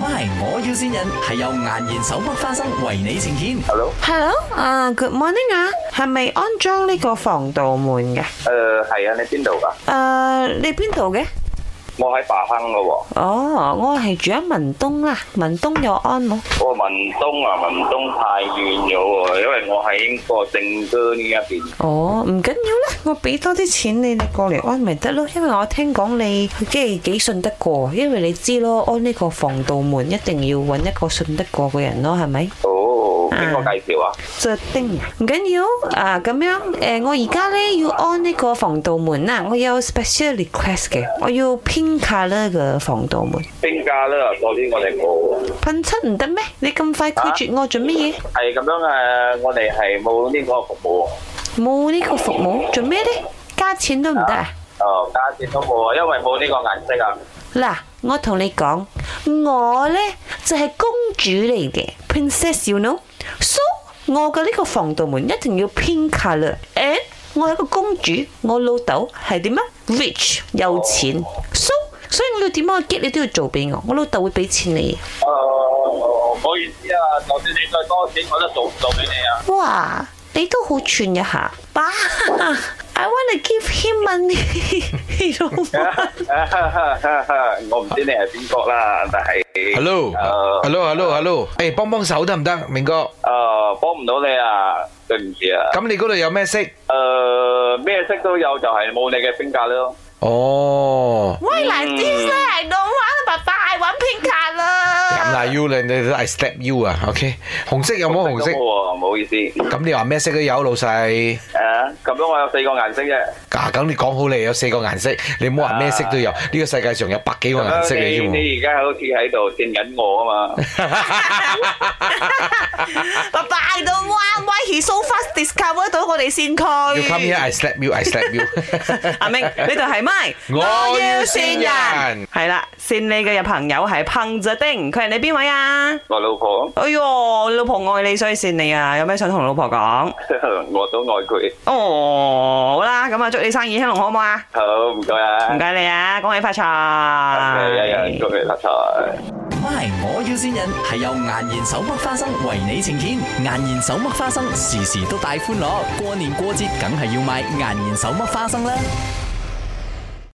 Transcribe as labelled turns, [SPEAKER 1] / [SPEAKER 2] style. [SPEAKER 1] MY，我要先人係由顏然手剝花生為你呈現。
[SPEAKER 2] Hello，
[SPEAKER 3] Hello，啊、g o o d morning 啊，係咪安裝呢個防盜門
[SPEAKER 2] 誒
[SPEAKER 3] 嘅？誒、
[SPEAKER 2] 係啊，你邊度㗎？
[SPEAKER 3] 呃你邊度嘅？
[SPEAKER 2] 我喺白坑㗎喎，
[SPEAKER 3] 哦，我係住喺文東啦，文東有安冇？
[SPEAKER 2] 我文東啊，文東太遠咗喎，因為我喺個正哥呢一邊。
[SPEAKER 3] 哦，唔緊要啦，我俾多啲錢你，你過嚟安咪得咯。因為我聽講你即係幾信得過，因為你知咯，安呢個防盜門一定要揾一個信得過嘅人咯，係咪？
[SPEAKER 2] 哦，
[SPEAKER 4] À.
[SPEAKER 2] 邊個介紹啊？
[SPEAKER 3] 着丁唔緊要啊，咁樣誒、我而家咧要安呢個防盜門啦，我有 special request 嘅，我要 pink colour 嘅防盜門。
[SPEAKER 2] 邊家啦，嗰邊我哋冇。
[SPEAKER 3] 噴漆唔得咩？你咁快拒絕我做乜嘢？
[SPEAKER 2] 係咁樣誒，我哋係冇呢個服務。
[SPEAKER 3] 冇呢個服務做咩呢？加錢都唔得啊！
[SPEAKER 2] 哦，價錢都冇啊，因為冇呢個顏色啊。
[SPEAKER 3] 嗱，我同你講，我呢就係公主嚟嘅，princess you know，so 我嘅呢個防盜門一定要 pink colour。誒，我係一個公主，我老豆係點啊？rich 有錢，so 所以我要點樣激你都要做俾我，我老豆會俾錢你。
[SPEAKER 2] Ờ, 哦，唔好意思啊，就算你再多錢，我都做唔到俾你 啊。
[SPEAKER 3] 哇，你都好串一下，爸，I wanna give him money，你 老母。
[SPEAKER 2] 我唔知你係邊個啦，但係
[SPEAKER 4] Hello，
[SPEAKER 2] 誒
[SPEAKER 4] hello，hello，hello，誒幫幫手得唔得，明哥？
[SPEAKER 2] 誒幫唔到你啊，對唔住啊。
[SPEAKER 4] 咁你嗰度有咩色？
[SPEAKER 2] 誒呃咩色都有，就係冇你嘅性格咯。
[SPEAKER 4] 哦，
[SPEAKER 3] Why like this 咧？I don't want 爸爸，I want pink card
[SPEAKER 4] 咁
[SPEAKER 3] 啦。
[SPEAKER 4] 嗱 U 你你 I step U 啊，OK？紅色有冇紅色
[SPEAKER 2] 都？冇喎，唔好意思。
[SPEAKER 4] 咁你話咩色都有，老細。
[SPEAKER 2] 誒咁樣我有四個顏色啫。
[SPEAKER 4] 啊，咁你講好你有四個顏色，你唔好話咩色都有。呢個世界上有百幾個顏色你知
[SPEAKER 2] 你
[SPEAKER 4] 冇？
[SPEAKER 2] 你而家好似喺度電緊我啊 嘛。
[SPEAKER 3] 爸爸，I don't want why he so fast discover 到我哋先佢。
[SPEAKER 4] 要 come here I slap you I slap you。
[SPEAKER 3] 阿明，呢度係咪？
[SPEAKER 4] 我要線人
[SPEAKER 3] 係啦，線你嘅朋友係彭澤丁，佢係你邊位啊？
[SPEAKER 2] 我老婆，
[SPEAKER 3] 哎哟，老婆愛你所以線你啊，有咩想同老婆講？
[SPEAKER 2] 我都愛佢。
[SPEAKER 3] 哦，好啦，咁啊，祝你生意興隆，好唔好啊？
[SPEAKER 2] 好，唔該啊。
[SPEAKER 3] 唔該你啊，恭喜發財。
[SPEAKER 2] 一日祝你發財。
[SPEAKER 1] MY，我要先人係由顏然手剝花生為你呈現。顏然手剝花生時時都帶歡樂，過年過節梗係要買顏然手剝花生啦。